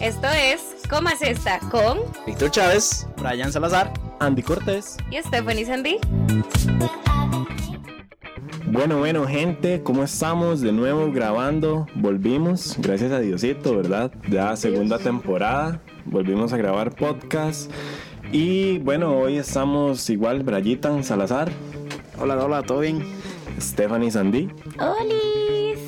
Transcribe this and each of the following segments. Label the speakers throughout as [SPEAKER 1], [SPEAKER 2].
[SPEAKER 1] Esto es ¿Cómo es esta? con
[SPEAKER 2] Víctor Chávez,
[SPEAKER 3] Brian Salazar,
[SPEAKER 4] Andy Cortés.
[SPEAKER 1] y Stephanie Sandy.
[SPEAKER 4] Bueno, bueno, gente, ¿cómo estamos? De nuevo grabando. Volvimos, gracias a Diosito, ¿verdad? Ya segunda temporada. Volvimos a grabar podcast. Y bueno, hoy estamos igual Brayitan Salazar,
[SPEAKER 2] Hola, hola, ¿todo bien?
[SPEAKER 4] Stephanie Sandí.
[SPEAKER 1] ¡Holis!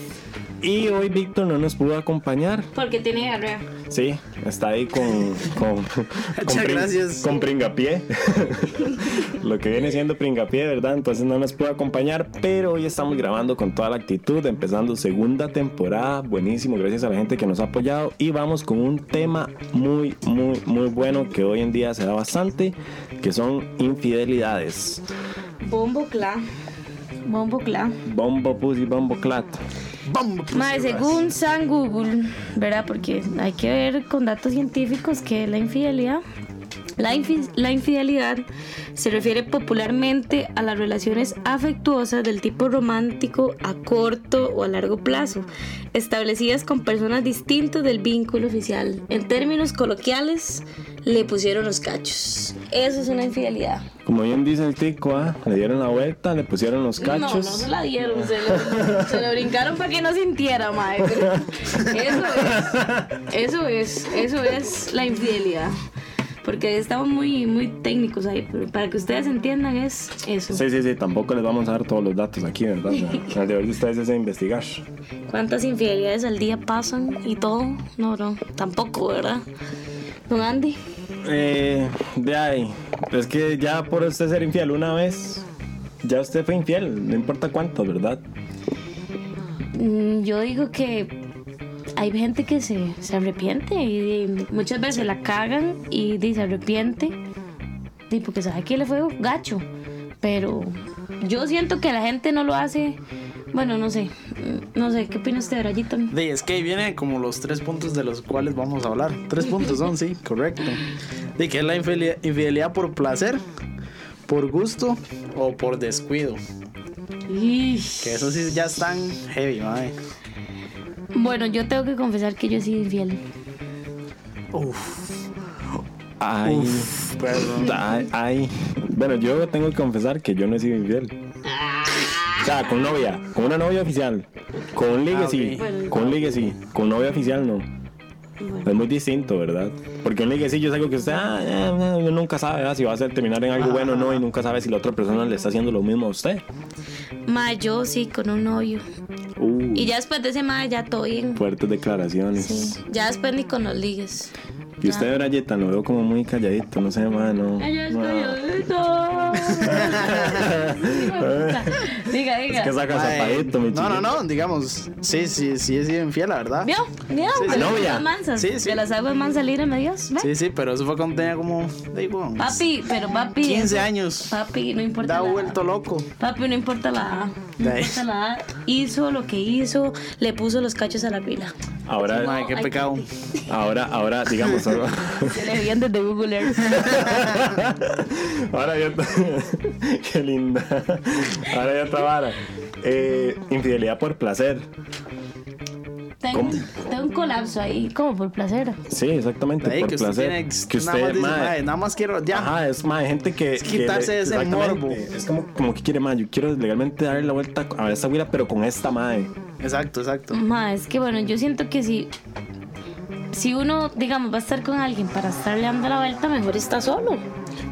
[SPEAKER 4] Y hoy Víctor no nos pudo acompañar.
[SPEAKER 1] Porque tiene diarrea.
[SPEAKER 4] Sí, está ahí con. con, con
[SPEAKER 2] Muchas gracias.
[SPEAKER 4] Con pringapié. Lo que viene siendo pringapié, ¿verdad? Entonces no nos pudo acompañar, pero hoy estamos grabando con toda la actitud, empezando segunda temporada. Buenísimo, gracias a la gente que nos ha apoyado. Y vamos con un tema muy, muy, muy bueno que hoy en día se da bastante, que son infidelidades.
[SPEAKER 1] Bombo cla. Bombo cla.
[SPEAKER 4] Bombo pussy, bombo clat.
[SPEAKER 2] ¡Vamos!
[SPEAKER 5] Mae, según San Google, ¿verdad? Porque hay que ver con datos científicos que la infidelidad. La, infi- la infidelidad se refiere popularmente a las relaciones afectuosas del tipo romántico a corto o a largo plazo, establecidas con personas distintas del vínculo oficial. En términos coloquiales, le pusieron los cachos. Eso es una infidelidad.
[SPEAKER 4] Como bien dice el tico, ¿ah? le dieron la vuelta, le pusieron los
[SPEAKER 5] No, no
[SPEAKER 4] cachos.
[SPEAKER 5] se la dieron, se lo, se lo brincaron para que no sintiera, mae. pero Eso es, eso es, eso es la infidelidad. Porque estamos muy, muy técnicos ahí, pero para que ustedes entiendan es eso.
[SPEAKER 4] Sí, sí, sí, tampoco les vamos a dar todos los datos aquí, ¿verdad? El deber de ustedes es investigar.
[SPEAKER 5] ¿Cuántas infidelidades al día pasan y todo? No, no, tampoco, ¿verdad? Don Andy,
[SPEAKER 4] Eh, de ahí, es que ya por usted ser infiel una vez, ya usted fue infiel, no importa cuántas, ¿verdad?
[SPEAKER 5] mm, yo digo que hay gente que se, se arrepiente y, y muchas veces la cagan y, y se arrepiente y porque sabe que le fue gacho. Pero yo siento que la gente no lo hace. Bueno, no sé. mm, No sé, ¿qué opina usted, Brayito?
[SPEAKER 2] De, es que ahí viene como los tres puntos de los cuales vamos a hablar. Tres puntos son, sí, correcto. De que es la infeli- infidelidad por placer, por gusto o por descuido. Que esos sí ya están heavy, madre.
[SPEAKER 5] Bueno, yo tengo que confesar que yo he sido infiel.
[SPEAKER 2] Uf,
[SPEAKER 4] Ay,
[SPEAKER 2] perdón.
[SPEAKER 4] ay, ay. Bueno, yo tengo que confesar que yo no he sido infiel. O sea, con novia, con una novia oficial, con un ligue
[SPEAKER 2] Ah,
[SPEAKER 4] sí,
[SPEAKER 5] ok.
[SPEAKER 4] con un ligue sí, con novia oficial no. Es muy distinto, ¿verdad? Porque un liguecillo es algo que usted ah, eh, eh, uno nunca sabe ¿verdad? si va a ser- terminar en algo bueno o no y nunca sabe si la otra persona le está haciendo lo mismo a usted.
[SPEAKER 5] Ma, yo sí, con un novio.
[SPEAKER 4] Uh,
[SPEAKER 5] Y ya después de ese ma, ya todo bien.
[SPEAKER 4] fuertes declaraciones.
[SPEAKER 5] Sí. Ya después ni con los ligues.
[SPEAKER 4] Y usted, Brayeta, lo veo como muy calladito, no sé, más, no. no.
[SPEAKER 5] Diga,
[SPEAKER 4] Es
[SPEAKER 5] diga.
[SPEAKER 4] que saca
[SPEAKER 2] Mae,
[SPEAKER 4] zapadito, mi
[SPEAKER 2] No, no,
[SPEAKER 4] chiquito.
[SPEAKER 2] no, digamos, sí, sí, sí he sido infiel, la verdad.
[SPEAKER 5] ¿Vio? ¿Vio?
[SPEAKER 2] Sí,
[SPEAKER 5] De
[SPEAKER 2] sí.
[SPEAKER 5] las
[SPEAKER 4] Novia.
[SPEAKER 5] aguas mansas.
[SPEAKER 2] Sí, sí.
[SPEAKER 5] De las aguas mansas, líbrame Dios. ¿Ve? Ah,
[SPEAKER 2] Sí, sí, pero eso fue cuando tenía como, digo,
[SPEAKER 5] Papi, pero papi.
[SPEAKER 2] 15
[SPEAKER 5] eso-
[SPEAKER 2] años.
[SPEAKER 5] Papi, no importa.
[SPEAKER 2] Da
[SPEAKER 5] Ah, la-
[SPEAKER 2] vuelto loco.
[SPEAKER 5] Papi, no importa la. No
[SPEAKER 2] De ahí.
[SPEAKER 5] importa la. Hizo lo que hizo, le puso los cachos a la pila.
[SPEAKER 4] Ahora,
[SPEAKER 2] Madre, qué
[SPEAKER 5] Ay,
[SPEAKER 2] pecado.
[SPEAKER 4] ahora, ahora, digamos, ahora,
[SPEAKER 5] Se le veían desde Google Earth.
[SPEAKER 4] ahora ya. qué linda. Ahora ya otra vara. Eh, infidelidad por placer.
[SPEAKER 5] Tengo, tengo un colapso ahí, como por placer.
[SPEAKER 4] Sí, exactamente,
[SPEAKER 2] De ahí,
[SPEAKER 4] por
[SPEAKER 2] que usted
[SPEAKER 4] placer.
[SPEAKER 2] tiene
[SPEAKER 4] que usted,
[SPEAKER 2] nada más dice,
[SPEAKER 4] madre,
[SPEAKER 2] "Mae, nada más quiero, ya.
[SPEAKER 4] Ajá, es más gente que.
[SPEAKER 2] Es
[SPEAKER 4] que
[SPEAKER 2] quitarse
[SPEAKER 4] le-
[SPEAKER 2] ese
[SPEAKER 4] exactamente.
[SPEAKER 2] morbo.
[SPEAKER 4] Es como, como que quiere más. Yo quiero legalmente darle la vuelta a esta güila, pero con esta madre.
[SPEAKER 2] Exacto, exacto.
[SPEAKER 5] Ma, es que bueno, yo siento que si, si uno, digamos, va a estar con alguien para estarle dando la vuelta, mejor está solo.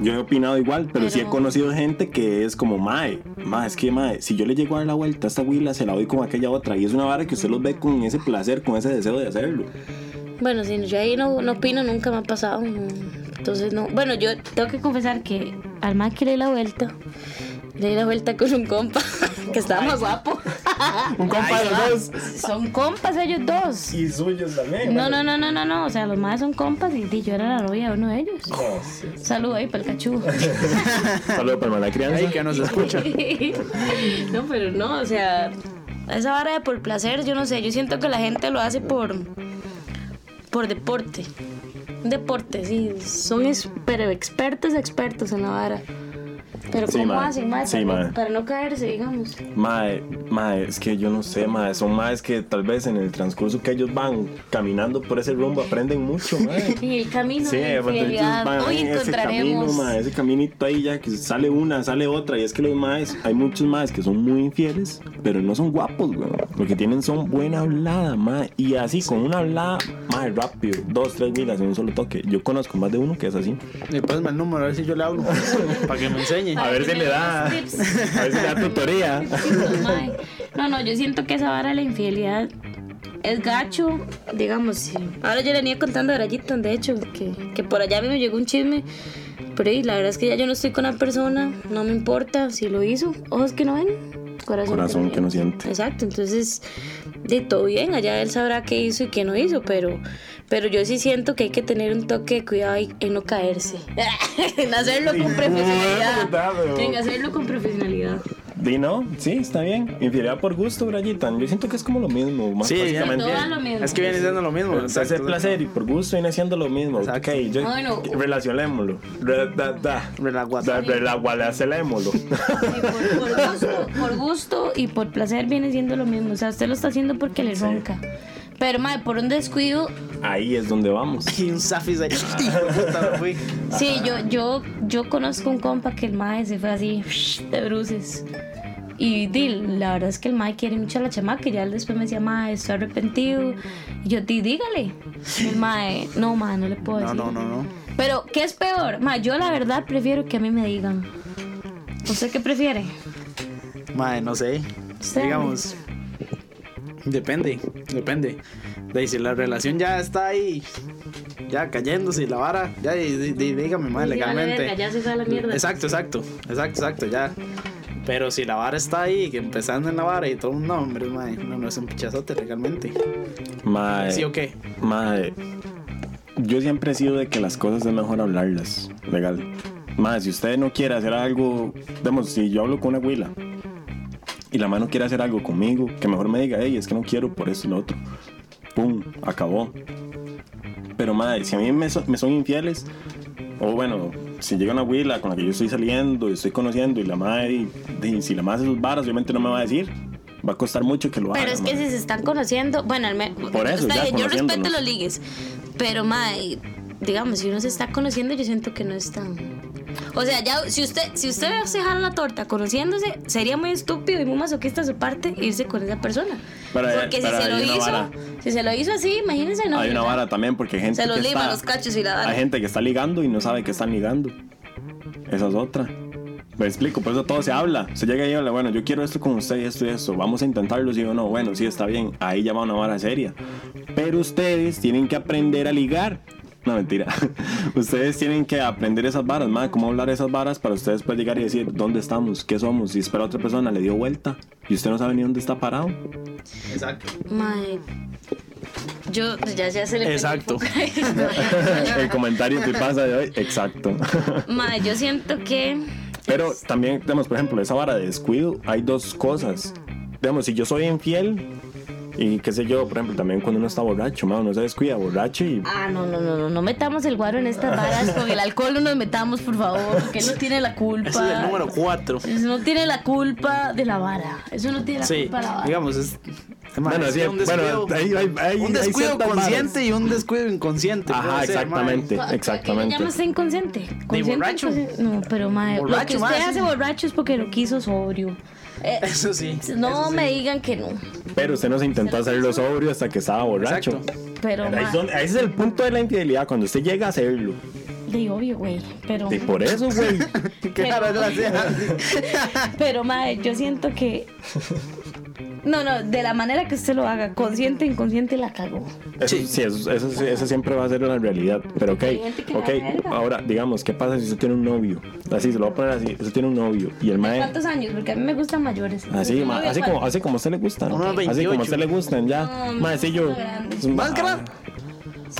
[SPEAKER 4] Yo he opinado igual, pero, sí he
[SPEAKER 5] Pero-
[SPEAKER 4] conocido gente que es como mae. Mae, es que mae, si yo le llego a dar la vuelta a esta güila, se la doy con aquella otra. Y es una vara que usted los ve con ese placer, con ese deseo de hacerlo.
[SPEAKER 5] Bueno, si yo ahí no, no opino, nunca me ha pasado. no. Entonces, no. Bueno, yo tengo que confesar que al más que le di la vuelta, le di la vuelta con un compa que estaba más guapo.
[SPEAKER 4] Un compa de los
[SPEAKER 5] Son compas ellos dos.
[SPEAKER 4] Y suyos también.
[SPEAKER 5] No, no, no, no, no, no. O sea, los más son compas y, y yo era la novia de uno de ellos. Saludos ahí para el cachugo.
[SPEAKER 4] Saludos para la crianza.
[SPEAKER 2] Ahí que nos escucha.
[SPEAKER 5] no, pero no, o sea, esa vara de por placer, yo no sé, yo siento que la gente lo hace por por deporte. Un Deporte, sí, son exper- expertos, expertos en la vara. Pero
[SPEAKER 4] Sí,
[SPEAKER 5] ¿cómo
[SPEAKER 4] mae.
[SPEAKER 5] hacen, mae,
[SPEAKER 4] Sí,
[SPEAKER 5] para,
[SPEAKER 4] mae.
[SPEAKER 5] No, para no caerse, digamos?
[SPEAKER 4] Mae, mae, es que yo no sé, mae, son maes que tal vez en el transcurso que ellos van caminando por ese rumbo aprenden mucho, mae.
[SPEAKER 5] En el camino
[SPEAKER 4] Sí,
[SPEAKER 5] de la
[SPEAKER 4] cuando ellos
[SPEAKER 5] infidelidad.
[SPEAKER 4] van
[SPEAKER 5] Hoy
[SPEAKER 4] en ese camino,
[SPEAKER 5] encontraremos.
[SPEAKER 4] mae, ese caminito ahí ya que sale una, sale otra, y es que los maes, hay muchos maes que son muy infieles, pero no son guapos, güey. Lo que tienen son buena hablada, mae, y así con una hablada, mae, rápido, dos, tres milas en un solo toque. Yo conozco más de uno que es así.
[SPEAKER 2] Me pásame el número, a ver si yo le hablo. para que me enseñe.
[SPEAKER 4] A ver si le da, a ver si le da tutoría.
[SPEAKER 5] Mae, No, no, yo siento que esa vara de la infidelidad es gacho, digamos. sí. Ahora yo le venía contando a Rayiton, de hecho, que, que por allá a mí me llegó un chisme. Pero y la verdad es que ya yo no estoy con la persona, no me importa si lo hizo. Ojos que no ven, corazón,
[SPEAKER 4] Corazón que no
[SPEAKER 5] siente.
[SPEAKER 4] siente.
[SPEAKER 5] Exacto, entonces de todo bien, allá él sabrá qué hizo y qué no hizo, pero, pero yo sí siento que hay que tener un toque de cuidado y- en no caerse, en hacerlo con
[SPEAKER 4] puta,
[SPEAKER 5] profesionalidad,
[SPEAKER 4] pero-
[SPEAKER 5] en hacerlo con profesionalidad.
[SPEAKER 4] Di no, sí, está bien. Infidelidad por gusto, Brayitan. Yo siento que es como lo mismo, más
[SPEAKER 2] Sí,
[SPEAKER 4] básicamente.
[SPEAKER 5] Todo a pues, lo mismo.
[SPEAKER 2] es que viene siendo lo mismo.
[SPEAKER 4] Pero
[SPEAKER 2] exacto.
[SPEAKER 4] Hacer placer y por gusto viene haciendo lo mismo.
[SPEAKER 2] Exacto.
[SPEAKER 4] Ok, yo,
[SPEAKER 5] Bueno.
[SPEAKER 4] relacionémoslo. Re- da- da. Da-
[SPEAKER 2] Relaguata.
[SPEAKER 4] relagualacelémoslo.
[SPEAKER 5] Sí, por, por gusto, por gusto y por placer viene siendo lo mismo, o sea, usted lo está haciendo porque le ronca. Pero madre, por un descuido,
[SPEAKER 4] Ahí es donde vamos.
[SPEAKER 2] Y un zafis ahí. Hijo de puta, me fui.
[SPEAKER 5] sí, yo, yo, yo conozco un compa que el mae se fue así de bruces. Y di, la verdad es que el mae quiere mucho a la chamaca. Y ya él después me decía, mae, estoy arrepentido. Y yo, di, dígale. Y el mae, no, mae, no le puedo
[SPEAKER 2] No,
[SPEAKER 5] decir.
[SPEAKER 2] no, no, no.
[SPEAKER 5] Pero, ¿qué es peor? Mae, yo la verdad prefiero que a mí me digan. ¿Usted qué prefiere?
[SPEAKER 2] Madre, no sé.
[SPEAKER 5] Sí.
[SPEAKER 2] Digamos. Depende, depende. De ahí, si la relación ya está ahí, ya cayéndose y la vara, ya di- di- di- dígame, madre,
[SPEAKER 5] Sí, vale,
[SPEAKER 2] Ah, legalmente.
[SPEAKER 5] verga, ya se fue a la mierda.
[SPEAKER 2] Exacto, exacto, exacto, exacto, ya. Pero si la vara está ahí, que empezando en la vara y todo, no, hombre, madre, no, no es un pichazote legalmente.
[SPEAKER 4] Mae.
[SPEAKER 2] ¿Sí o qué?
[SPEAKER 4] Mae. Yo siempre he sido de que las cosas es mejor hablarlas. Legal. Mae, si usted no quiere hacer algo. Digamos, si yo hablo con una huila y la mano quiere hacer algo conmigo, que mejor me diga, hey, es que no quiero por esto y lo otro. Pum, acabó. Pero madre, si a mí me, so- me son infieles, o bueno, si llega una huila con la que yo estoy saliendo y estoy conociendo y la madre, y, y si la madre hace sus varas, obviamente no me va a decir. Va a costar mucho que lo haga.
[SPEAKER 5] Pero es que
[SPEAKER 4] mae.
[SPEAKER 5] si se están conociendo, bueno, al menos.
[SPEAKER 4] Por eso, ya,
[SPEAKER 5] yo
[SPEAKER 4] conociéndonos.
[SPEAKER 5] respeto los ligues. Pero, mae, digamos, si uno se está conociendo, yo siento que no es tan. O sea, ya, si usted, si usted se jala la torta conociéndose, sería muy estúpido y muy masoquista de su parte irse con esa persona.
[SPEAKER 4] Pero, eh,
[SPEAKER 5] Porque
[SPEAKER 4] pero
[SPEAKER 5] si se
[SPEAKER 4] hay
[SPEAKER 5] lo
[SPEAKER 4] una
[SPEAKER 5] hizo,
[SPEAKER 4] vara.
[SPEAKER 5] si se lo hizo así, imagínense, no.
[SPEAKER 4] hay una
[SPEAKER 5] ¿verdad?
[SPEAKER 4] vara también porque hay gente
[SPEAKER 5] Se los
[SPEAKER 4] que
[SPEAKER 5] lima
[SPEAKER 4] está-
[SPEAKER 5] los cachos y la vara.
[SPEAKER 4] hay gente que está ligando y no sabe que están ligando esa es otra me explico por eso todo se habla se llega y habla bueno yo quiero esto con usted y esto y esto vamos a intentarlo sí o no bueno sí está bien ahí ya va una vara seria pero ustedes tienen que aprender a ligar no, mentira. Ustedes tienen que aprender esas varas, madre, cómo hablar esas varas para ustedes poder llegar y decir dónde estamos, qué somos. Y espera otra persona, le dio vuelta y usted no sabe ni dónde está parado.
[SPEAKER 2] Exacto.
[SPEAKER 5] Mae. Yo, ya, ya se le.
[SPEAKER 2] Exacto.
[SPEAKER 4] El comentario que pasa de hoy, exacto.
[SPEAKER 5] mae, yo siento que.
[SPEAKER 4] Pero también, digamos, por ejemplo, esa vara de descuido, hay dos cosas. Digamos, si yo soy infiel, y qué sé yo, por ejemplo, también cuando uno está borracho, mano, uno se descuida borracho y.
[SPEAKER 5] Ah, no, no, no, no, no metamos el guaro en
[SPEAKER 2] Ah,
[SPEAKER 5] estas varas, con el alcohol no nos metamos, por favor, porque él no tiene la culpa.
[SPEAKER 2] Ese es el número 4.
[SPEAKER 5] Él No tiene la culpa de la vara. Eso no tiene la
[SPEAKER 2] Sí,
[SPEAKER 5] culpa de la vara.
[SPEAKER 2] digamos, es. Bueno,
[SPEAKER 4] sí,
[SPEAKER 2] un
[SPEAKER 4] bueno,
[SPEAKER 2] descuido,
[SPEAKER 4] ahí- ahí- ahí-
[SPEAKER 2] un
[SPEAKER 4] ahí
[SPEAKER 2] descuido
[SPEAKER 4] ciertas varas.
[SPEAKER 2] consciente y un descuido inconsciente.
[SPEAKER 4] Ajá,
[SPEAKER 2] puede ser,
[SPEAKER 4] exactamente,
[SPEAKER 5] Pa- pa-
[SPEAKER 4] exactamente.
[SPEAKER 5] que Ya no está inconsciente. Consciente,
[SPEAKER 2] borracho.
[SPEAKER 5] inconsciente. No, pero madre. Lo
[SPEAKER 2] Borracho,
[SPEAKER 5] que usted
[SPEAKER 2] mae, sí.
[SPEAKER 5] hace borracho es porque lo quiso sobrio. Eh,
[SPEAKER 2] mae. Eso sí.
[SPEAKER 5] no
[SPEAKER 2] eso sí.
[SPEAKER 5] me digan que no.
[SPEAKER 4] Pero usted no se intentó hacerlo sobrio hasta que estaba borracho.
[SPEAKER 2] Exacto.
[SPEAKER 5] Pero
[SPEAKER 4] Ahí es
[SPEAKER 5] mae,
[SPEAKER 4] donde- Ese es el punto de la infidelidad, cuando usted llega a hacerlo.
[SPEAKER 5] de obvio, güey. Pero.
[SPEAKER 4] Y por eso, güey.
[SPEAKER 2] Claro, gracias.
[SPEAKER 5] Pero madre, yo siento que. No, no, de la manera que usted lo haga, consciente, inconsciente, la cagó.
[SPEAKER 4] Eso, sí, eso, eso, sí- eso siempre va a ser la realidad. Pero ok,
[SPEAKER 5] Hay gente que le
[SPEAKER 4] ok.
[SPEAKER 5] da verga.
[SPEAKER 4] Ahora, digamos, ¿qué pasa si usted tiene un novio? Así, se lo voy a poner así. Usted tiene un novio y el mae...
[SPEAKER 5] ¿Cuántos años? Porque a mí me gustan mayores.
[SPEAKER 4] Así,
[SPEAKER 5] Yo
[SPEAKER 4] ma-
[SPEAKER 5] veo
[SPEAKER 4] así,
[SPEAKER 5] cuál-
[SPEAKER 4] como, así como a usted le gustan.
[SPEAKER 2] Unos
[SPEAKER 4] Así como a
[SPEAKER 2] 28.
[SPEAKER 4] usted le gustan, ya.
[SPEAKER 5] No, no,
[SPEAKER 4] más yo.
[SPEAKER 5] no, grande.
[SPEAKER 4] es un-
[SPEAKER 2] Más grande.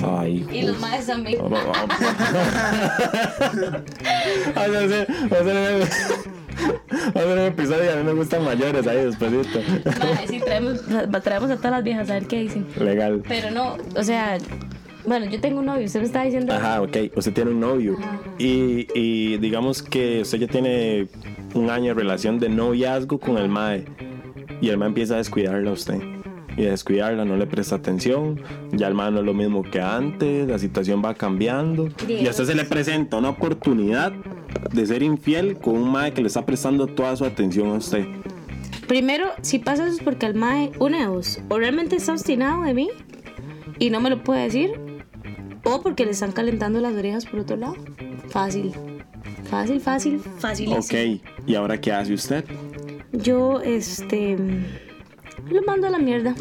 [SPEAKER 4] Ay,
[SPEAKER 5] Y los maes también.
[SPEAKER 4] Vamos, vamos. Ay, no sé, va a ser- va a ser un episodio y a mí me gustan mayores ahí despacito.
[SPEAKER 5] Mae, sí, traemos, traemos a todas las viejas a ver qué dicen.
[SPEAKER 4] Legal.
[SPEAKER 5] Pero no, o sea, Bueno, yo tengo un novio, usted me está diciendo.
[SPEAKER 4] Ajá, ok. Usted tiene un novio. Y, y digamos que usted ya tiene un año de relación de noviazgo con el MAE. Y el MAE empieza a descuidarla a usted. Y a descuidarla, no le presta atención. Ya el MAE no es lo mismo que antes. La situación va cambiando. Y a usted se le presenta una oportunidad de ser infiel con un MAE que le está prestando toda su atención a usted.
[SPEAKER 5] Primero, si pasa eso es porque el mae, una de dos, o realmente está obstinado de mí y no me lo puede decir, o porque le están calentando las orejas por otro lado. Fácil. Fácil, fácil, fácil.
[SPEAKER 4] Ok. ¿Y ahora qué hace usted?
[SPEAKER 5] Yo, este. Lo mando a la mierda.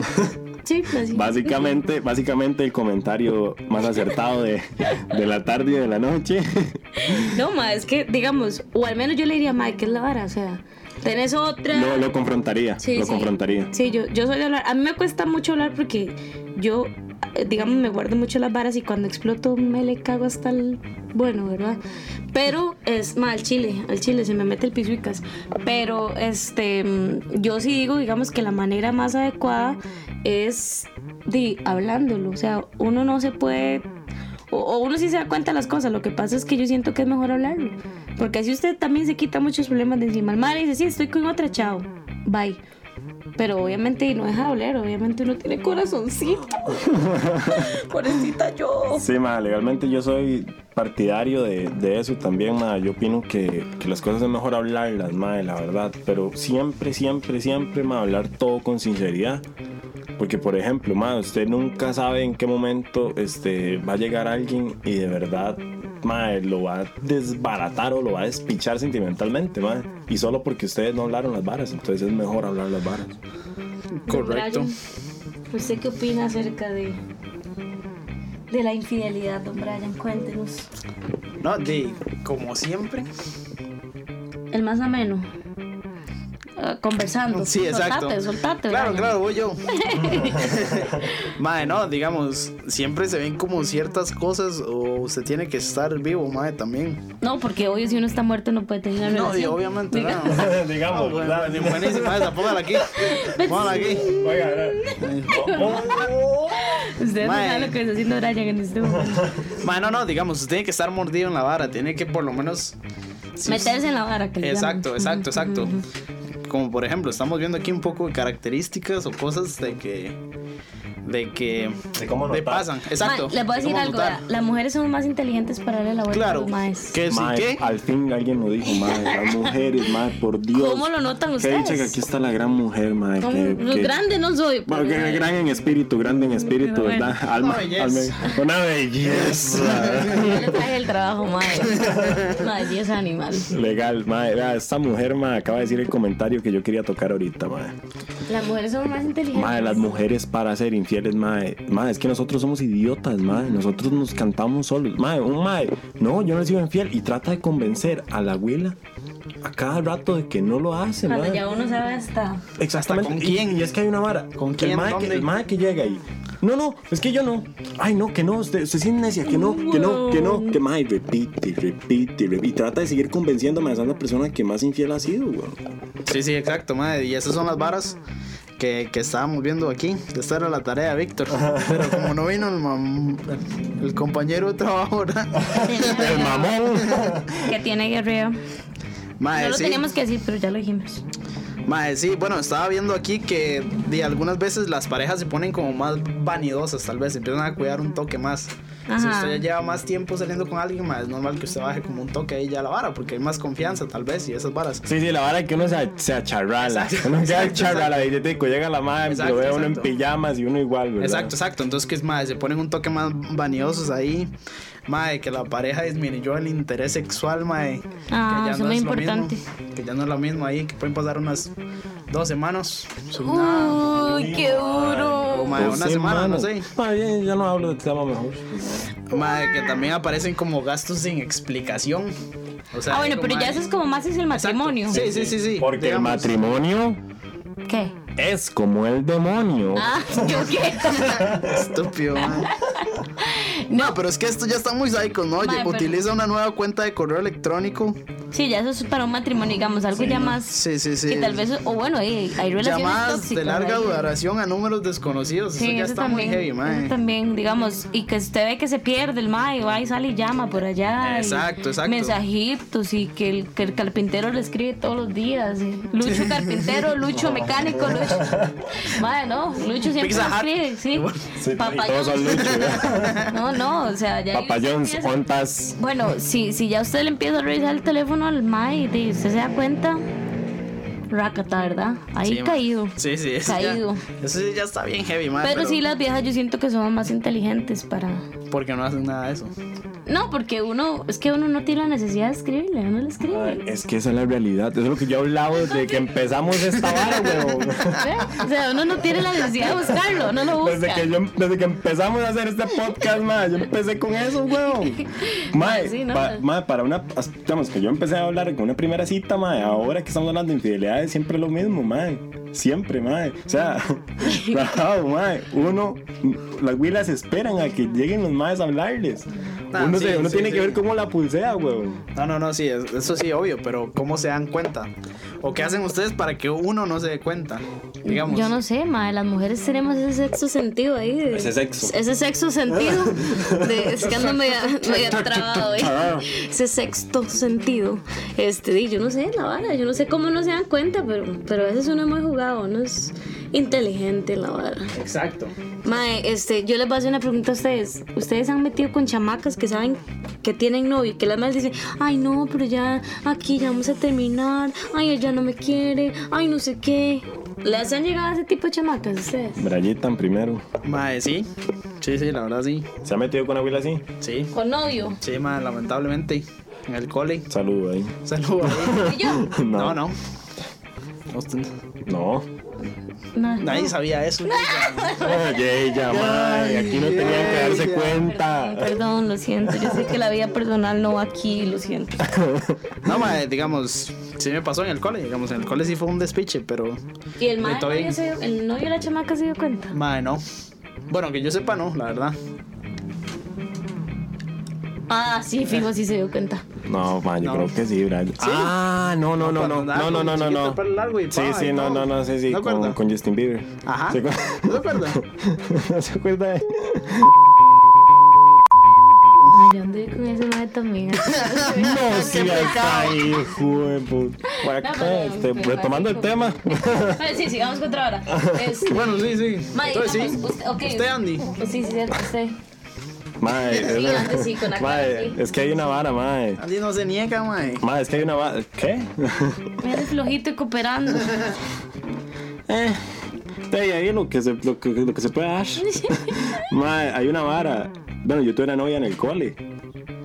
[SPEAKER 5] sí, así.
[SPEAKER 4] Básicamente, básicamente el comentario más acertado de, de la tarde y de la noche.
[SPEAKER 5] No, ma, es que, digamos, o al menos yo le diría, mae, ¿qué es la vara? O sea, tenés otra.
[SPEAKER 4] Lo, lo confrontaría.
[SPEAKER 5] Sí,
[SPEAKER 4] lo
[SPEAKER 5] sí.
[SPEAKER 4] confrontaría.
[SPEAKER 5] Sí, yo, yo soy de hablar. A mí me cuesta mucho hablar porque yo, eh, digamos, me guardo mucho las varas y cuando exploto me le cago hasta el bueno, ¿verdad? Pero es más al chile, al chile se me mete el piso y cas. Pero este, mm, yo sí digo, digamos, que la manera más adecuada es de hablándolo. O sea, uno no se puede. O, o uno sí se da cuenta de las cosas, lo que pasa es que yo siento que es mejor hablarlo. Porque así usted también se quita muchos problemas de encima. El madre dice, sí, estoy con otra, chao. Bye. Pero obviamente no deja de oler, obviamente uno tiene corazoncito. Pobrecita yo.
[SPEAKER 4] Sí, ma, legalmente yo soy partidario de, de eso también, ma. Yo opino que, que las cosas es mejor hablarlas, ma, la verdad. Pero siempre, siempre, siempre, ma, hablar todo con sinceridad. Porque, por ejemplo, ma, usted nunca sabe en qué momento este, va a llegar alguien y de verdad, ma, lo va a desbaratar o lo va a despichar sentimentalmente, ma. Y solo porque ustedes no hablaron las varas, entonces es mejor hablar las varas.
[SPEAKER 2] Correcto.
[SPEAKER 5] ¿Usted qué opina acerca de, de la infidelidad, don Brian? Cuéntenos.
[SPEAKER 2] No, de como siempre.
[SPEAKER 5] El más ameno. Ah, conversando.
[SPEAKER 2] Sí, exacto.
[SPEAKER 5] Soltate, soltate.
[SPEAKER 2] Claro,
[SPEAKER 5] Brian.
[SPEAKER 2] claro, voy yo. madre, no, digamos, siempre se ven como ciertas cosas o usted tiene que estar vivo, madre, también.
[SPEAKER 5] No, porque obvio si uno está muerto no puede tener una
[SPEAKER 2] No,
[SPEAKER 5] relación.
[SPEAKER 2] y obviamente, no.
[SPEAKER 4] Digamos,
[SPEAKER 5] Ah,
[SPEAKER 2] No, bueno,
[SPEAKER 4] ¿verdad?
[SPEAKER 2] buenísima esa, póngala aquí. Póngala aquí.
[SPEAKER 4] Oiga,
[SPEAKER 5] Ustedes no
[SPEAKER 2] Mae.
[SPEAKER 5] saben lo que está haciendo Brian en este momento.
[SPEAKER 2] Madre, no, no, digamos, usted tiene que estar mordido en la vara, tiene que por lo menos. si
[SPEAKER 5] Meterse en la vara. Que le
[SPEAKER 2] Exacto,
[SPEAKER 5] llaman.
[SPEAKER 2] exacto, exacto. Como por ejemplo, estamos viendo aquí un poco de características o cosas de que de que
[SPEAKER 4] De cómo
[SPEAKER 2] le
[SPEAKER 4] notar.
[SPEAKER 2] pasan. Exacto.
[SPEAKER 5] Ma, les voy a
[SPEAKER 2] de
[SPEAKER 5] decir
[SPEAKER 2] cómo
[SPEAKER 5] algo,
[SPEAKER 2] notar.
[SPEAKER 5] vea, las mujeres somos más inteligentes para darle la vuelta a
[SPEAKER 2] Claro.
[SPEAKER 5] los maes.
[SPEAKER 2] Que sí
[SPEAKER 4] Mae,
[SPEAKER 2] que
[SPEAKER 4] Al fin alguien lo dijo, mae. Las mujeres, mae, por Dios.
[SPEAKER 5] ¿Cómo lo notan
[SPEAKER 4] Que
[SPEAKER 5] ustedes?
[SPEAKER 4] dice que aquí está la gran mujer, mae.
[SPEAKER 5] Como-
[SPEAKER 4] Que,
[SPEAKER 5] no,
[SPEAKER 4] que-
[SPEAKER 5] grande no soy.
[SPEAKER 4] Bueno, que
[SPEAKER 5] pero-
[SPEAKER 4] gran en espíritu, grande en espíritu,
[SPEAKER 5] Bueno.
[SPEAKER 4] ¿verdad? Alma,
[SPEAKER 2] Una belleza.
[SPEAKER 4] alma- una belleza.
[SPEAKER 5] Yo le traje el trabajo, madre. Madre, es animal.
[SPEAKER 4] Legal, mae. Vea, esta mujer, mae, acaba de decir el comentario que yo quería tocar ahorita, mae.
[SPEAKER 5] Las mujeres son más inteligentes.
[SPEAKER 4] Mae, las mujeres para ser infieles, mae. Mae, es que nosotros somos idiotas, mae. Nosotros nos cantamos solos. Mae, un mae. No, yo no he sido infiel. Y trata de convencer a la abuela a cada rato de que no lo hace,
[SPEAKER 5] Cuando
[SPEAKER 4] mae.
[SPEAKER 5] ya uno sabe hasta.
[SPEAKER 4] Exactamente.
[SPEAKER 2] ¿Con
[SPEAKER 4] Y-
[SPEAKER 2] quién?
[SPEAKER 4] Y, es que hay una vara.
[SPEAKER 2] ¿Con
[SPEAKER 4] El
[SPEAKER 2] quién?
[SPEAKER 4] mae que- El mae,
[SPEAKER 2] ¿Dónde?
[SPEAKER 4] que, llega ahí. No, no, es que yo no. Ay, no, que no, usted, usted sí es necia, que no, que no, que no, que mae, repite, repite, repite. Y trata de seguir convenciéndome a esa es la persona que más infiel ha sido, güey.
[SPEAKER 2] Sí, sí, exacto, madre. Y esas son las varas que, que estábamos viendo aquí. Esta era la tarea, Víctor. Pero como no vino el, mam- el compañero de trabajo, ¿verdad?
[SPEAKER 4] El mamón.
[SPEAKER 5] Que tiene guerrero.
[SPEAKER 2] Madre,
[SPEAKER 5] No lo
[SPEAKER 2] sí.
[SPEAKER 5] teníamos que decir, pero ya lo dijimos.
[SPEAKER 2] Mae, sí, bueno, estaba viendo aquí que de algunas veces las parejas se ponen como más vanidosas, tal vez, se empiezan a cuidar un toque más. Si
[SPEAKER 5] Ajá.
[SPEAKER 2] usted ya lleva más tiempo saliendo con alguien, mae, es normal que usted baje como un toque ahí ya la vara, porque hay más confianza, tal vez, y esas varas.
[SPEAKER 4] Sí, sí, la vara que uno se, a- se acharrala.
[SPEAKER 2] Exacto,
[SPEAKER 4] uno queda
[SPEAKER 2] exacto,
[SPEAKER 4] acharrala y te llega la madre,
[SPEAKER 2] Exacto,
[SPEAKER 4] lo ve a uno en
[SPEAKER 2] exacto.
[SPEAKER 4] pijamas y uno igual, ¿verdad?
[SPEAKER 2] Exacto, exacto. Entonces, que es mae, se ponen un toque más vanidosos ahí. Mae, que la pareja disminuyó el interés sexual, mae. que
[SPEAKER 5] Ah,
[SPEAKER 2] ya
[SPEAKER 5] eso es muy importante.
[SPEAKER 2] Lo mismo, que ya no es lo mismo ahí, que pueden pasar unas dos semanas. sin nada.
[SPEAKER 5] Uy, qué
[SPEAKER 2] O,
[SPEAKER 5] duro.
[SPEAKER 2] mae,
[SPEAKER 4] Pues
[SPEAKER 2] una semana, no sé.
[SPEAKER 4] Está bien, ya no hablo de este tema mejor.
[SPEAKER 2] Madre, que también aparecen como gastos sin explicación. O sea,
[SPEAKER 5] Ah, bueno,
[SPEAKER 2] digo,
[SPEAKER 5] pero ya
[SPEAKER 2] madre,
[SPEAKER 5] eso es como más es el
[SPEAKER 2] exacto.
[SPEAKER 5] matrimonio.
[SPEAKER 2] Sí, sí, sí, sí.
[SPEAKER 4] Porque el
[SPEAKER 2] digamos.
[SPEAKER 4] matrimonio
[SPEAKER 5] ¿Qué?
[SPEAKER 4] es como el demonio.
[SPEAKER 5] Ah, ¿yo qué?
[SPEAKER 2] Estúpido, madre.
[SPEAKER 5] No,
[SPEAKER 2] No, pero es que esto ya está muy psycho, ¿no? Oye,
[SPEAKER 5] Madre, pero-
[SPEAKER 2] utiliza una nueva cuenta de correo electrónico
[SPEAKER 5] Sí, ya eso es para un matrimonio, digamos, algo ya más.
[SPEAKER 2] Sí, sí, sí.
[SPEAKER 5] Que tal vez, o bueno, hay, hay relaciones
[SPEAKER 2] Llamadas de
[SPEAKER 5] tóxicas,
[SPEAKER 2] larga
[SPEAKER 5] hay-
[SPEAKER 2] duración a números desconocidos.
[SPEAKER 5] Sí,
[SPEAKER 2] eso ya
[SPEAKER 5] eso
[SPEAKER 2] está
[SPEAKER 5] también,
[SPEAKER 2] muy heavy, mae.
[SPEAKER 5] eso también, digamos, y que usted ve que se pierde el mae, va y sale y llama por allá. y
[SPEAKER 2] Exacto, exacto.
[SPEAKER 5] Mensajitos y que el, que el carpintero le escribe todos los días. y Lucho carpintero, Lucho mecánico, Lucho. Mae, no, Lucho siempre
[SPEAKER 2] Pizza
[SPEAKER 5] le
[SPEAKER 2] Hut.
[SPEAKER 5] escribe, sí.
[SPEAKER 4] Sí, y
[SPEAKER 5] Papayón.
[SPEAKER 4] todos son Lucho, ¿verdad?
[SPEAKER 5] No, no, o sea, ya.
[SPEAKER 4] Papa John's, ontas.
[SPEAKER 5] Bueno, si, si ya usted le empieza a revisar el teléfono al mae y de- usted se da cuenta, racata, ¿verdad? Ahí
[SPEAKER 2] Sí, ma.
[SPEAKER 5] caído.
[SPEAKER 2] Sí, sí, eso
[SPEAKER 5] Caído.
[SPEAKER 2] Ya, eso sí ya está bien heavy, mae.
[SPEAKER 5] Pero, sí, las viejas yo siento que son más inteligentes para...
[SPEAKER 2] Porque no hacen nada de eso.
[SPEAKER 5] No, porque uno, es que uno no tiene la necesidad de escribirle, uno le escribe.
[SPEAKER 4] Es que esa es la realidad. Eso es lo que yo he hablado desde que empezamos esta vara, weón.
[SPEAKER 5] ¿Ve? O sea, uno no tiene la necesidad de buscarlo, no lo busca.
[SPEAKER 4] Desde que, yo- desde que empezamos a hacer este podcast, ma, yo empecé con eso, weón. Ma,
[SPEAKER 5] Sí, ¿no?
[SPEAKER 4] pa- ma, para una. Digamos que yo empecé a hablar con una primera cita, ma. Ahora que estamos hablando de infidelidades, siempre lo mismo, ma. Siempre, ma. O sea, rajado, ma. Uno. Las huilas esperan a que lleguen los maes a hablarles.
[SPEAKER 2] Ah,
[SPEAKER 4] uno
[SPEAKER 2] sí,
[SPEAKER 4] se- uno
[SPEAKER 2] sí,
[SPEAKER 4] tiene
[SPEAKER 2] sí.
[SPEAKER 4] que ver cómo la pulsea, weón.
[SPEAKER 2] No, no, no, sí, es- eso sí, obvio, pero ¿cómo se dan cuenta? ¿O qué hacen ustedes para que uno no se dé cuenta? Digamos.
[SPEAKER 5] Yo no sé, madre, las mujeres tenemos ese sexo sentido ahí. de-
[SPEAKER 4] Ese sexo.
[SPEAKER 5] Ese sexo sentido. de- es que ando media, media trabado, ¿eh?
[SPEAKER 4] Ah,
[SPEAKER 5] Ese sexto sentido. Este, y yo no sé, la vara, yo no sé cómo no se dan cuenta, pero, pero a veces uno es muy jugado, uno es inteligente, la vara.
[SPEAKER 2] Exacto.
[SPEAKER 5] Mae, este, yo les voy a hacer una pregunta a ustedes. ¿Ustedes han metido con chamacas que saben que tienen novio y que las madres dicen, ay no, pero ya aquí ya vamos a terminar, ay ella no me quiere, ay no sé qué? ¿Les han llegado a ese tipo de chamacas a ustedes?
[SPEAKER 4] Brayitan primero.
[SPEAKER 2] Mae, sí. Sí, sí, la verdad sí.
[SPEAKER 4] ¿Se ha metido con una huila así?
[SPEAKER 2] Sí.
[SPEAKER 5] Con novio.
[SPEAKER 2] Sí, mae, lamentablemente. En el cole.
[SPEAKER 4] Saludo ahí.
[SPEAKER 2] Saludos.
[SPEAKER 5] ¿Y yo?
[SPEAKER 2] No, no. Usted-
[SPEAKER 4] No.
[SPEAKER 5] No.
[SPEAKER 2] Nadie sabía eso.
[SPEAKER 4] Oye, ella, mae, aquí no
[SPEAKER 2] Ay,
[SPEAKER 4] tenían que
[SPEAKER 2] ella.
[SPEAKER 4] darse
[SPEAKER 5] Ay,
[SPEAKER 4] cuenta.
[SPEAKER 5] Perdón, lo siento. Yo sé que la vida personal no va aquí, lo siento.
[SPEAKER 2] No, mae, digamos, sí me pasó en el cole. Digamos, en el cole sí fue un despiche, pero.
[SPEAKER 5] ¿Y el,
[SPEAKER 2] mae
[SPEAKER 5] mae,
[SPEAKER 2] Todo bien.
[SPEAKER 5] novio se- el novio de la chamaca se dio cuenta?
[SPEAKER 2] Mae, no. Bueno, que yo sepa, no, la verdad.
[SPEAKER 5] Ah, sí, fijo, sí se dio cuenta.
[SPEAKER 4] No, man, yo
[SPEAKER 2] No.
[SPEAKER 4] creo que sí, Brian. Ah, no, no, no, no,
[SPEAKER 2] cuando
[SPEAKER 4] no,
[SPEAKER 2] andaba
[SPEAKER 4] no,
[SPEAKER 2] con
[SPEAKER 4] no, no,
[SPEAKER 2] chiquito,
[SPEAKER 4] no.
[SPEAKER 2] pelo largo y
[SPEAKER 4] Sí,
[SPEAKER 2] pava y
[SPEAKER 4] sí, no,
[SPEAKER 2] todo.
[SPEAKER 4] no, no, sí, sí,
[SPEAKER 2] ¿No
[SPEAKER 4] con,
[SPEAKER 2] acuerda?
[SPEAKER 4] con Justin Bieber.
[SPEAKER 2] Ajá.
[SPEAKER 4] ¿Se
[SPEAKER 2] ¿No
[SPEAKER 4] acuerda?
[SPEAKER 2] te acuerdas?
[SPEAKER 4] ¿No se acuerda? de-
[SPEAKER 5] Ay, yo andé con ese mae también.
[SPEAKER 4] No, sí, está ahí, hijo de puta. Bueno,
[SPEAKER 5] No, pero-
[SPEAKER 4] este,
[SPEAKER 5] pero-
[SPEAKER 4] retomando el tema.
[SPEAKER 5] Bueno, sí, sí, vamos contra ahora. Este,
[SPEAKER 2] Bueno, sí, sí.
[SPEAKER 5] Mae,
[SPEAKER 2] Entonces sí.
[SPEAKER 5] digamos, usted, ok.
[SPEAKER 2] Usted, Andy.
[SPEAKER 5] Pues Sí, sí, cierto, usted.
[SPEAKER 4] Mae,
[SPEAKER 5] Sí,
[SPEAKER 4] es-
[SPEAKER 5] antes sí, con la cara
[SPEAKER 4] mae,
[SPEAKER 5] así.
[SPEAKER 4] es que hay una vara, mae.
[SPEAKER 2] Andy no se niega, mae.
[SPEAKER 4] Mae, es que hay una vara. ¿Qué?
[SPEAKER 5] Me hace flojito y cooperando.
[SPEAKER 4] Eh, de ahí, ahí lo que se, lo que, lo que se puede dar. Mae, hay una vara. Bueno, yo tuve una novia en el cole.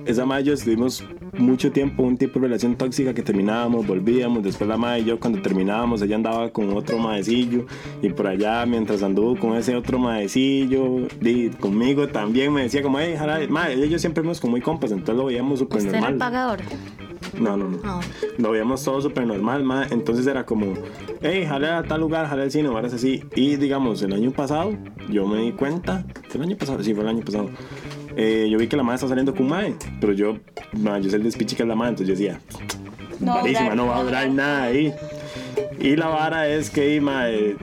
[SPEAKER 4] Esa mae y yo estuvimos mucho tiempo, un tipo de relación tóxica que terminábamos, volvíamos. Después la mae y yo, cuando terminábamos, ella andaba con otro maecillo. Y por allá, mientras anduvo con ese otro maecillo, y conmigo también me decía, como, hey, jala, mae, ella y yo siempre fuimos como muy compas, entonces lo veíamos súper
[SPEAKER 5] Usted era el
[SPEAKER 4] normal.
[SPEAKER 5] pagador.
[SPEAKER 4] No, no, no.
[SPEAKER 5] Ah.
[SPEAKER 4] Lo veíamos todo súper normal, ma. Entonces era como, hey, jale a tal lugar, jale al cine, varas así. Y digamos, el año pasado, yo me di cuenta, ¿fue el año pasado? Sí, fue el año pasado. Eh, yo vi que la madre está saliendo con un mae, pero yo, ma, yo sé el despiche que es la madre, entonces yo decía,
[SPEAKER 5] No va a
[SPEAKER 4] "Varísima,
[SPEAKER 5] durar,
[SPEAKER 4] no va a
[SPEAKER 5] no va a
[SPEAKER 4] durar nada ahí. Y la vara es que, ma, eh,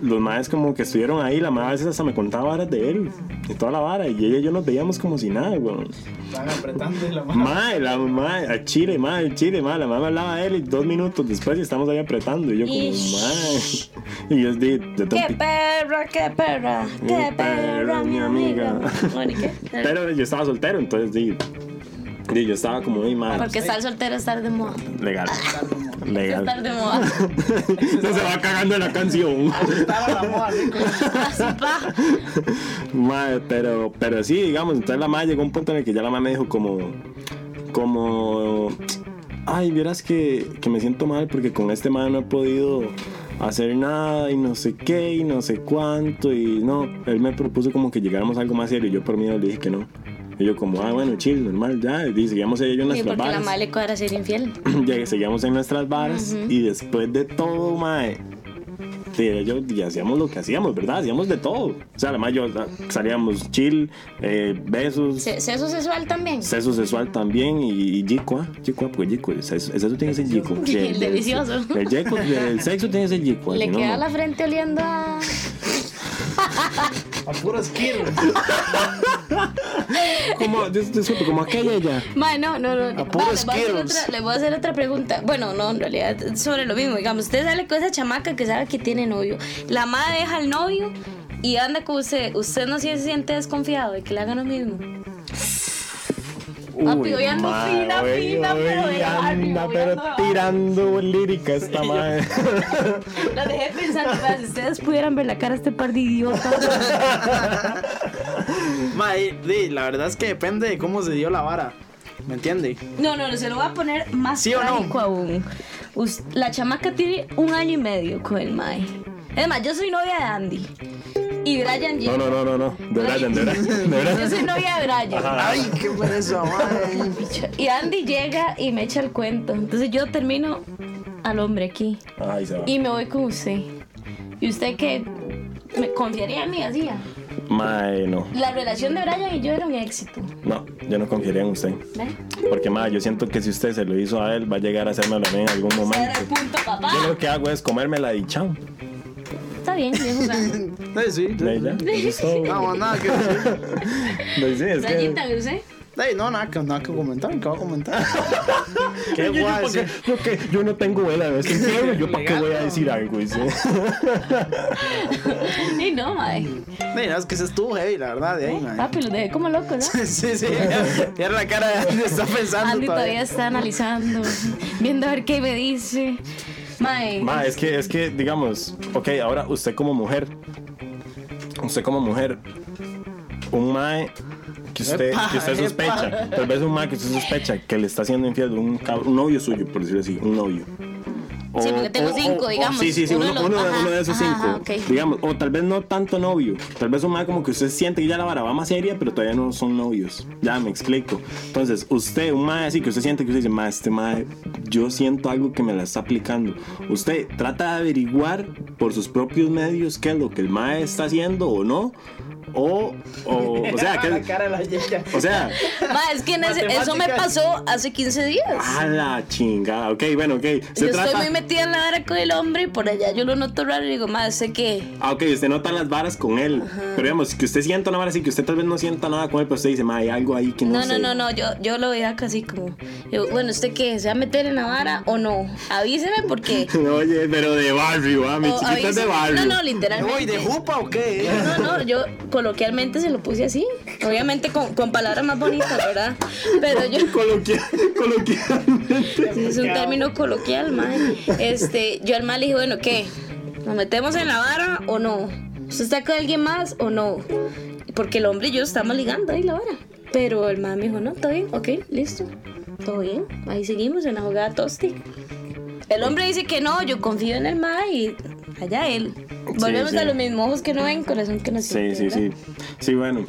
[SPEAKER 4] los maes como que estuvieron ahí, la madre a veces hasta me contaba varas de él, de toda la vara, y ella y yo nos veíamos como si nada, weón.
[SPEAKER 2] Están apretando la mano.
[SPEAKER 4] Mae, la mae, a Chile, mae, el Chile, mae, la mamá hablaba de él y dos minutos después y estamos ahí apretando. Y yo como,
[SPEAKER 5] Ish.
[SPEAKER 4] mae. Y yo di, de tan
[SPEAKER 5] ¡Qué
[SPEAKER 4] pi-
[SPEAKER 5] perra, qué perra! ¡Qué
[SPEAKER 4] Mi
[SPEAKER 5] perra, mi amiga! Bueno, ¿y qué?
[SPEAKER 4] Pero yo estaba soltero, entonces di, di, yo estaba como, ey, mae,
[SPEAKER 5] Porque estar soltero es estar de moda.
[SPEAKER 4] legal,
[SPEAKER 5] Es
[SPEAKER 4] legal.
[SPEAKER 5] estar de moda.
[SPEAKER 4] No se va cagando en la canción.
[SPEAKER 2] Estaba la moda, así como-
[SPEAKER 5] Así pa.
[SPEAKER 4] Mae, pero, pero sí, digamos, entonces la madre llegó a un punto en el que ya la madre me dijo como, como, ay, vieras que, que me siento mal porque con este madre no he podido hacer nada y no sé qué y no sé cuánto y no, él me propuso como que llegáramos a algo más serio y yo por miedo le dije que no. Y yo como, ah, bueno, chill, normal, ya, y seguíamos ahí en
[SPEAKER 5] Sí,
[SPEAKER 4] nuestras
[SPEAKER 5] porque la madre
[SPEAKER 4] varas.
[SPEAKER 5] le cuadra ser infiel.
[SPEAKER 4] Ya que seguíamos en nuestras varas y después de todo, madre, Sí, yo, y hacíamos lo que hacíamos, ¿verdad? Hacíamos de todo. O sea, además yo ah, salíamos chill, eh, besos,
[SPEAKER 5] Se- ¿Sexo sexual también?
[SPEAKER 4] sexo sexual también y, ¿ah? y yicua. Yicua, porque yicua, pues el sexo, el sexo tiene que ser yicua. Sí, el- el-
[SPEAKER 5] Delicioso.
[SPEAKER 4] El, yicua- el sexo tiene que ser yicua.
[SPEAKER 5] Le
[SPEAKER 4] si no,
[SPEAKER 5] queda
[SPEAKER 4] no.
[SPEAKER 5] la frente oliendo a...
[SPEAKER 2] A puras kill.
[SPEAKER 4] Como, dis- disculpe, como aquella ya.
[SPEAKER 5] Ma, no, no, no.
[SPEAKER 2] A puro
[SPEAKER 5] Va, les voy a hacer
[SPEAKER 2] Skittles.
[SPEAKER 5] otra- les voy a hacer otra pregunta. Bueno, no, en realidad, sobre lo mismo. Digamos, usted sale con esa chamaca que sabe que tiene novio. La madre deja al novio y anda con usted. ¿Usted no se siente desconfiado de que le hagan lo mismo? Papi, hoy ando
[SPEAKER 4] ma,
[SPEAKER 5] fina,
[SPEAKER 4] hoy-
[SPEAKER 5] fina,
[SPEAKER 4] hoy
[SPEAKER 5] pero de barrio,
[SPEAKER 4] anda,
[SPEAKER 5] hoy
[SPEAKER 4] pero
[SPEAKER 5] ando de barrio.
[SPEAKER 4] tirando lírica esta madre.
[SPEAKER 5] La dejé pensando, ma, si ustedes
[SPEAKER 6] Pudieran ver la cara de este par de idiotas.
[SPEAKER 2] Ma, di- di, la verdad es que depende de cómo se dio la vara. ¿Me entiende?
[SPEAKER 6] No, no, no, se lo voy a poner más
[SPEAKER 2] ¿Sí o no?
[SPEAKER 6] trágico aún. Us- la chamaca tiene un año y medio con el Mae. Es más, yo soy novia de Andy. Y Brian
[SPEAKER 4] No,
[SPEAKER 6] G.
[SPEAKER 4] no, no, no, no. De Brian, de Brian, de
[SPEAKER 6] Yo
[SPEAKER 4] Brian.
[SPEAKER 6] soy novia de Brian.
[SPEAKER 2] Ay, qué pereza, madre.
[SPEAKER 6] Y Andy llega y me echa el cuento. Entonces yo termino al hombre aquí.
[SPEAKER 4] Ay, se va.
[SPEAKER 6] Y me voy con usted. ¿Y usted qué? ¿Me confiaría en mí así? ah?
[SPEAKER 4] Mae, no.
[SPEAKER 6] La relación de Brian y yo era un éxito.
[SPEAKER 4] No, yo no confiaría en usted.
[SPEAKER 6] ¿Ve?
[SPEAKER 4] Porque, mae, yo siento que si usted se lo hizo a él, va a llegar a hacérmelo a mí en algún
[SPEAKER 6] Era
[SPEAKER 4] momento.
[SPEAKER 6] el punto, papá.
[SPEAKER 4] Yo lo que hago es comérmela y chao.
[SPEAKER 6] Está bien, bien jugando.
[SPEAKER 2] Sí, sí.
[SPEAKER 4] De
[SPEAKER 2] sí.
[SPEAKER 4] ella. Eso es todo.
[SPEAKER 2] No, más nada que decir.
[SPEAKER 4] De- sí, es que-
[SPEAKER 6] Rayita, ¿me usé?
[SPEAKER 2] Ey, no, nada que, nada que comentar, que va a comentar. ¿Qué
[SPEAKER 4] Yo- yo-
[SPEAKER 2] voy a
[SPEAKER 4] yo, ¿por qué?
[SPEAKER 2] decir?
[SPEAKER 4] Yo que- yo no tengo vela de vez en cuando, yo para qué voy a decir algo. dice.
[SPEAKER 6] Y no, mae.
[SPEAKER 2] Ey, no, es que se estuvo heavy, la verdad, de ahí, ma.
[SPEAKER 6] Papi, lo dejé como loco, ¿no?
[SPEAKER 2] Sí, sí, era la cara de pues, Andy, está pensando
[SPEAKER 6] Andy todavía
[SPEAKER 2] todavía.
[SPEAKER 6] está analizando, viendo a ver qué me dice. Mae,
[SPEAKER 4] Ma, es que, es que, digamos, ok, ahora usted como mujer, usted como mujer, un mae que usted,
[SPEAKER 2] Epa,
[SPEAKER 4] que usted
[SPEAKER 2] epa.
[SPEAKER 4] sospecha, tal vez un mae que usted sospecha que le está haciendo infiel, un, cab- un novio suyo, por decirlo así, un novio. O-
[SPEAKER 5] Sí, porque tengo cinco, digamos,
[SPEAKER 4] sí, sí, sí, uno,
[SPEAKER 5] uno de los-
[SPEAKER 4] uno de,
[SPEAKER 5] ajá,
[SPEAKER 4] uno de esos
[SPEAKER 5] ajá,
[SPEAKER 4] cinco.
[SPEAKER 5] ajá, ok.
[SPEAKER 4] Digamos, o tal vez no tanto novio. Tal vez un mae como que usted siente que ya la vara va más seria, pero todavía no son novios. Ya me explico. Entonces, usted, un mae así que usted siente que usted dice, mae, este mae, yo siento algo que me la está aplicando. Usted trata de averiguar por sus propios medios qué es lo que el mae está haciendo o no. O, o, o sea,
[SPEAKER 2] La
[SPEAKER 4] que,
[SPEAKER 2] cara de la yeya.
[SPEAKER 4] o sea,
[SPEAKER 5] Ma, es que en ese- eso me
[SPEAKER 2] Matemáticas.
[SPEAKER 5] pasó hace 15 días.
[SPEAKER 4] a la chingada. Ok, bueno, ok. Ah, Se
[SPEAKER 5] Yo
[SPEAKER 4] trata-
[SPEAKER 5] estoy muy metida en la vara con el hombre y por allá yo lo noto raro y digo, ma, sé que
[SPEAKER 4] Ah, ok, usted nota las varas con él. Pero digamos, que usted sienta una vara así, que usted tal vez no sienta nada con él, pero usted dice, ma, hay algo ahí que no
[SPEAKER 5] No, no,
[SPEAKER 4] sé".
[SPEAKER 5] no, no, yo, yo lo veía casi como, yo, bueno, ¿usted qué? ¿Se va a meter en la vara o no? Avíseme porque...
[SPEAKER 4] Oye, pero de barrio, ah, mi
[SPEAKER 5] o
[SPEAKER 4] chiquita es de
[SPEAKER 5] avíseme-
[SPEAKER 4] barrio.
[SPEAKER 5] Oh, No, no,
[SPEAKER 2] ¿Me
[SPEAKER 5] literalmente.
[SPEAKER 2] voy de jupa o qué?
[SPEAKER 5] No, no, yo coloquialmente se lo puse así, obviamente con, con palabras más bonitas, ¿verdad? Pero yo...
[SPEAKER 4] Coloquia- coloquialmente.
[SPEAKER 5] Es un término coloquial, man. Este, yo al mal le dije, bueno, ¿qué? ¿Nos metemos en la vara o no? ¿Usted está con alguien más o no? Porque el hombre y yo estamos ligando ahí la vara. Pero el man me dijo, no, todo bien, ok, listo. Todo bien, ahí seguimos en la jugada tosti. El hombre dice que no, yo confío en el man y allá él. Volvemos
[SPEAKER 4] sí.
[SPEAKER 5] a los mismos ojos que no ven, corazón que no
[SPEAKER 4] Sí,
[SPEAKER 5] siente.
[SPEAKER 4] sí, sí.
[SPEAKER 5] ¿verdad?
[SPEAKER 4] Sí, bueno.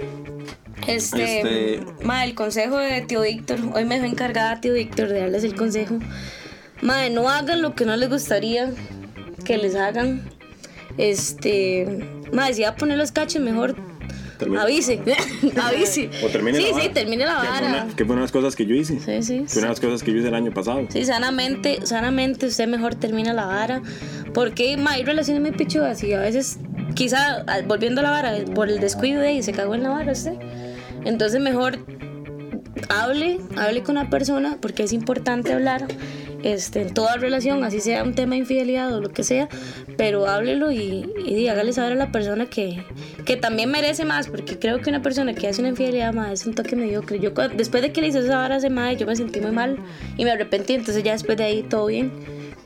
[SPEAKER 5] Este,
[SPEAKER 4] Este-
[SPEAKER 5] ma, el consejo de tío Víctor, hoy me dejó encargada tío Víctor de darles el consejo. Madre, no hagan lo que no les gustaría que les hagan. Este, madre, si va a poner los cachos, mejor
[SPEAKER 4] Termina.
[SPEAKER 5] avise, avise.
[SPEAKER 4] O termine
[SPEAKER 5] sí,
[SPEAKER 4] la vara.
[SPEAKER 5] sí, termine la
[SPEAKER 4] Que fue
[SPEAKER 5] vara.
[SPEAKER 4] una- Que fue una de las cosas que yo hice.
[SPEAKER 5] Sí, sí.
[SPEAKER 4] Fue una de las cosas que yo hice el año pasado.
[SPEAKER 5] Sí, sanamente, sanamente usted mejor termina la vara. Porque ma, hay relaciones muy pichudas y a veces, quizá a- volviendo a la vara, por el descuido de y se cagó en la vara usted. Entonces mejor hable, hable con una persona porque es importante hablar este, en toda relación, así sea un tema de infidelidad o lo que sea, pero háblelo y, y di, hágale saber a la persona que, que también merece más, porque creo que una persona que hace una infidelidad más es un toque mediocre. Yo cua- después de que le hice esa vara hace más, yo me sentí muy mal y me arrepentí, entonces ya después de ahí todo bien,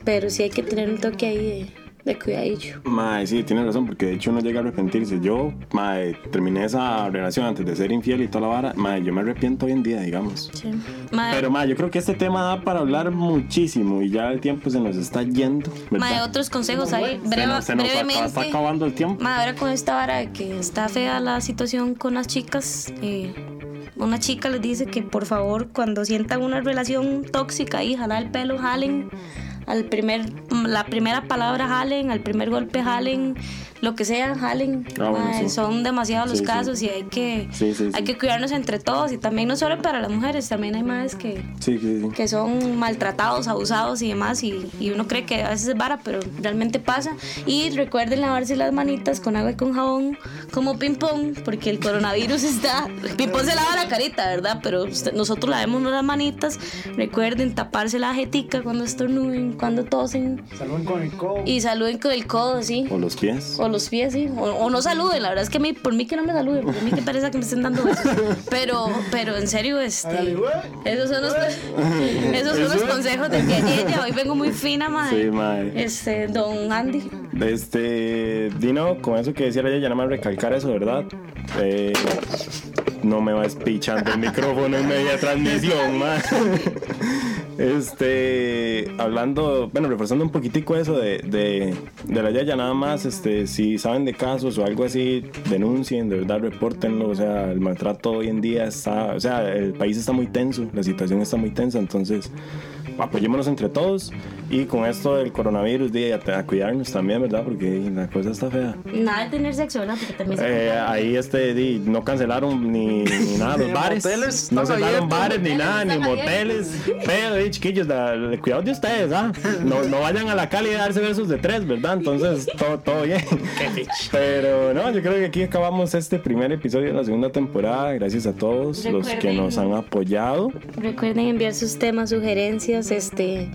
[SPEAKER 5] pero sí hay que tener un toque ahí de, de cuidadillo.
[SPEAKER 4] Mae, sí, tiene razón, porque de hecho uno llega a arrepentirse. Yo, mae, terminé esa relación antes de ser infiel y toda la vara. Mae, yo me arrepiento hoy en día, digamos.
[SPEAKER 5] Sí. Ma-
[SPEAKER 4] Pero ma, yo creo que este tema da para hablar muchísimo y ya el tiempo se nos está yendo.
[SPEAKER 5] ma,
[SPEAKER 4] ¿verdad?
[SPEAKER 5] otros consejos ahí,
[SPEAKER 4] Se
[SPEAKER 5] breve-
[SPEAKER 4] nos, se nos acaba-
[SPEAKER 5] brevemente.
[SPEAKER 4] está acabando el tiempo.
[SPEAKER 5] Ma, ahora con esta vara de que está fea la situación con las chicas, eh, una chica les dice que por favor cuando sientan una relación tóxica y jalar el pelo, jalen al primer, la primera palabra jalen, al primer golpe jalen, lo que sea jalen.
[SPEAKER 4] Ah, bueno,
[SPEAKER 5] Mae,
[SPEAKER 4] sí.
[SPEAKER 5] Son demasiados los
[SPEAKER 4] Sí, sí.
[SPEAKER 5] casos y hay que,
[SPEAKER 4] Sí, sí, sí.
[SPEAKER 5] hay que cuidarnos entre todos y también no solo para las mujeres, también hay más que
[SPEAKER 4] Sí, sí, sí.
[SPEAKER 5] que son maltratados, abusados y demás, y, y uno cree que a veces es vara, pero realmente pasa. Y recuerden lavarse las manitas con agua y con jabón, como ping-pong, porque el coronavirus está... Ping-pong se lava la carita, ¿verdad? Pero usted- nosotros lavémonos las manitas, recuerden taparse la jetica cuando estornuden, cuando tosen,
[SPEAKER 2] Salud con el codo.
[SPEAKER 5] y saluden con el codo, ¿sí?
[SPEAKER 4] O los pies.
[SPEAKER 5] O los pies, sí. O, o no saluden, la verdad es que a mí, por mí que no me saluden, por mí que pereza que me estén dando besos. Pero, pero en serio, este... Esos son los, esos son los consejos de que ella. Hoy vengo muy fina, madre.
[SPEAKER 4] Sí, mae.
[SPEAKER 5] Este, don Andy.
[SPEAKER 4] Este, Dino, con eso que decía ella, ya nada más recalcar eso, ¿verdad? Eh, no me vas pichando el micrófono en media transmisión, mae. Este, hablando, bueno, reforzando un poquitico eso de, de, de la Yaya, nada más, este, si saben de casos o algo así, denuncien, de verdad, repórtenlo. O sea, el maltrato hoy en día está, o sea, el país está muy tenso, la situación está muy tensa, entonces apoyémonos entre todos y con esto del coronavirus, de, a, a cuidarnos también, ¿verdad? Porque la cosa está fea.
[SPEAKER 5] Nada de tener sexo, ¿verdad? Porque también se
[SPEAKER 4] Eh, ahí este di, no cancelaron ni, ni nada los
[SPEAKER 2] Ni
[SPEAKER 4] bares.
[SPEAKER 2] moteles,
[SPEAKER 4] no
[SPEAKER 2] están
[SPEAKER 4] cerraron
[SPEAKER 2] abiertos.
[SPEAKER 4] bares ni nada, ni
[SPEAKER 3] están
[SPEAKER 4] moteles. Pero eh, chiquillos, la- el cuidado de ustedes, ¿ah? No, no vayan a la calle a darse versos de tres, ¿verdad? Entonces, todo, todo bien. Pero no, yo creo que aquí acabamos este primer episodio de la segunda temporada. Gracias a todos los que
[SPEAKER 5] Recuerden-
[SPEAKER 4] nos han apoyado.
[SPEAKER 5] Recuerden enviar sus temas, sugerencias, este,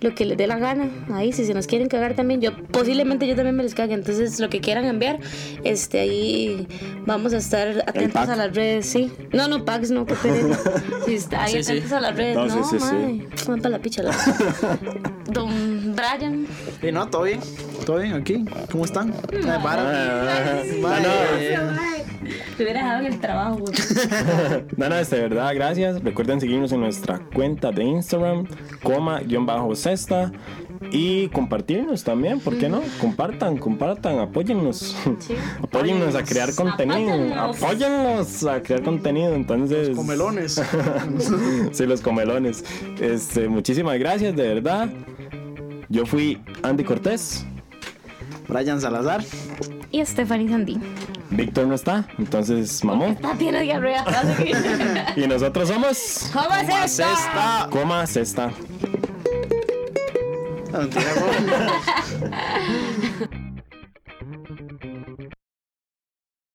[SPEAKER 5] lo que les dé la gana. Ahí, si se nos quieren cagar también, yo posiblemente yo también me les cague. Entonces, lo que quieran enviar, este, ahí vamos a estar atentos
[SPEAKER 4] pack.
[SPEAKER 5] a las redes, sí. No, no, packs, no, qué pereza. Sí, está ahí
[SPEAKER 2] Sí, sí.
[SPEAKER 5] atentos a las redes,
[SPEAKER 4] No,
[SPEAKER 5] no,
[SPEAKER 4] sí, sí, sí.
[SPEAKER 5] madre. Van pa' la picha, la- Don Brian.
[SPEAKER 2] Y no, todo bien. Todo bien aquí. ¿Cómo están? Eh, vara. Vara.
[SPEAKER 5] Te hubiera dejado en el trabajo, güey.
[SPEAKER 4] Nada, de verdad, gracias. Recuerden seguirnos en nuestra cuenta de Instagram, coma, guión bajo cesta. Y compartirnos también, ¿por qué no? Compartan, compartan, apóyennos. apóyennos a crear contenido.
[SPEAKER 5] Apóyennos.
[SPEAKER 4] Apóyennos a crear contenido. Entonces.
[SPEAKER 2] Comelones.
[SPEAKER 4] sí, los comelones. Este, muchísimas gracias, de verdad. Yo fui Andy Cortés.
[SPEAKER 2] Brian Salazar.
[SPEAKER 5] Y Stephanie Sandy.
[SPEAKER 4] Víctor no está, entonces mamó.
[SPEAKER 5] Ah, tiene diarrea. así que-
[SPEAKER 4] Y nosotros somos.
[SPEAKER 5] ¿Cómo es esto?
[SPEAKER 2] Cesta.
[SPEAKER 4] Coma cesta.
[SPEAKER 2] No, mentira, güey.